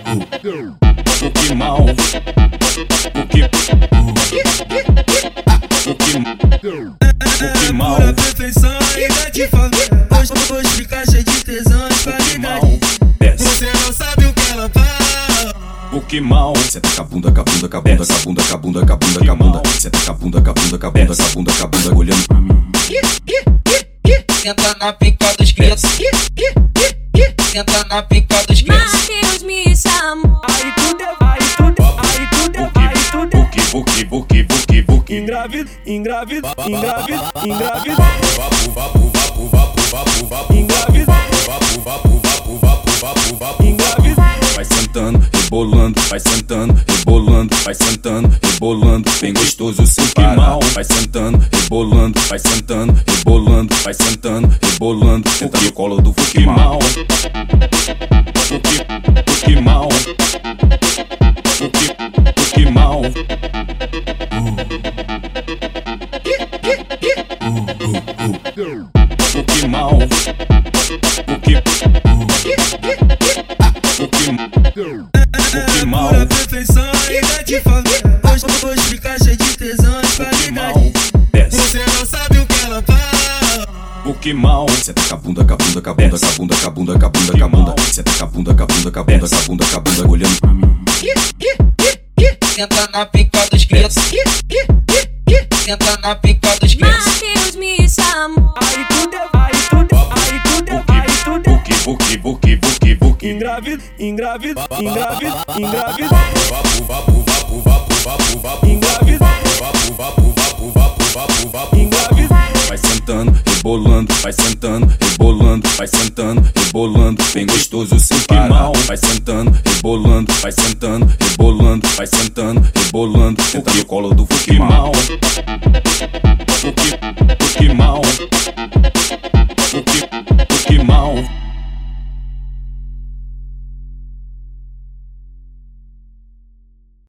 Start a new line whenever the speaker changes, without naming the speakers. O que mal? O que? O que? O que mal?
Pura perfeição, ainda te falando. Hoje eu vou ficar cheio de tesão e
O que mal?
qualidade.
Desce.
Você não sabe o que ela faz.
O que mal?
Senta com a bunda, com a bunda, com a bunda, com a bunda, com a bunda, com a bunda, com a bunda. Senta com a bunda, com a bunda, com a bunda, com a bunda, com a bunda, olhando pra mim.
Senta na pica dos crianças. Senta na pica dos crianças.
Matheus me chamou.
O que? O que? O que? O que? O que? O que?
Engravida, engravida, engravida, engravida. Engravida, engravida.
Vai sentando, rebolando, vai sentando, rebolando, vai sentando, rebolando. Bem gostoso sem parar. Vai sentando, rebolando, vai sentando, rebolando, vai sentando, rebolando. Senta no colo do
O que
Fukimal.
mal? O que? O que mal? O que? O que mal? O que mal? O que? O que? O que mal?
Pura perfeição, ainda te falando. Hoje eu vou ficar cheio de tesão e
Que mal?
qualidade.
Desce.
Você não sabe o que ela faz.
O que mal?
Senta com a bunda, com a bunda, com a bunda, com a bunda, com a bunda, com a bunda, com a bunda. Senta com a bunda, com a bunda, com a bunda, com a bunda, com a bunda, olhando pra mim.
Senta na pica dos crianças. Senta na pica dos crianças.
Matheus me chamou.
O que? O que? O que? O que? O que?
Engravida, engravida, engravida, engravida. Engravida, engravida.
Vai sentando, rebolando, vai sentando, rebolando, vai sentando, rebolando. Bem gostoso sem parar.
mal?
Vai sentando, rebolando, vai sentando, rebolando, vai sentando, rebolando. Senta no colo do
Que
Fukimal.
mal? O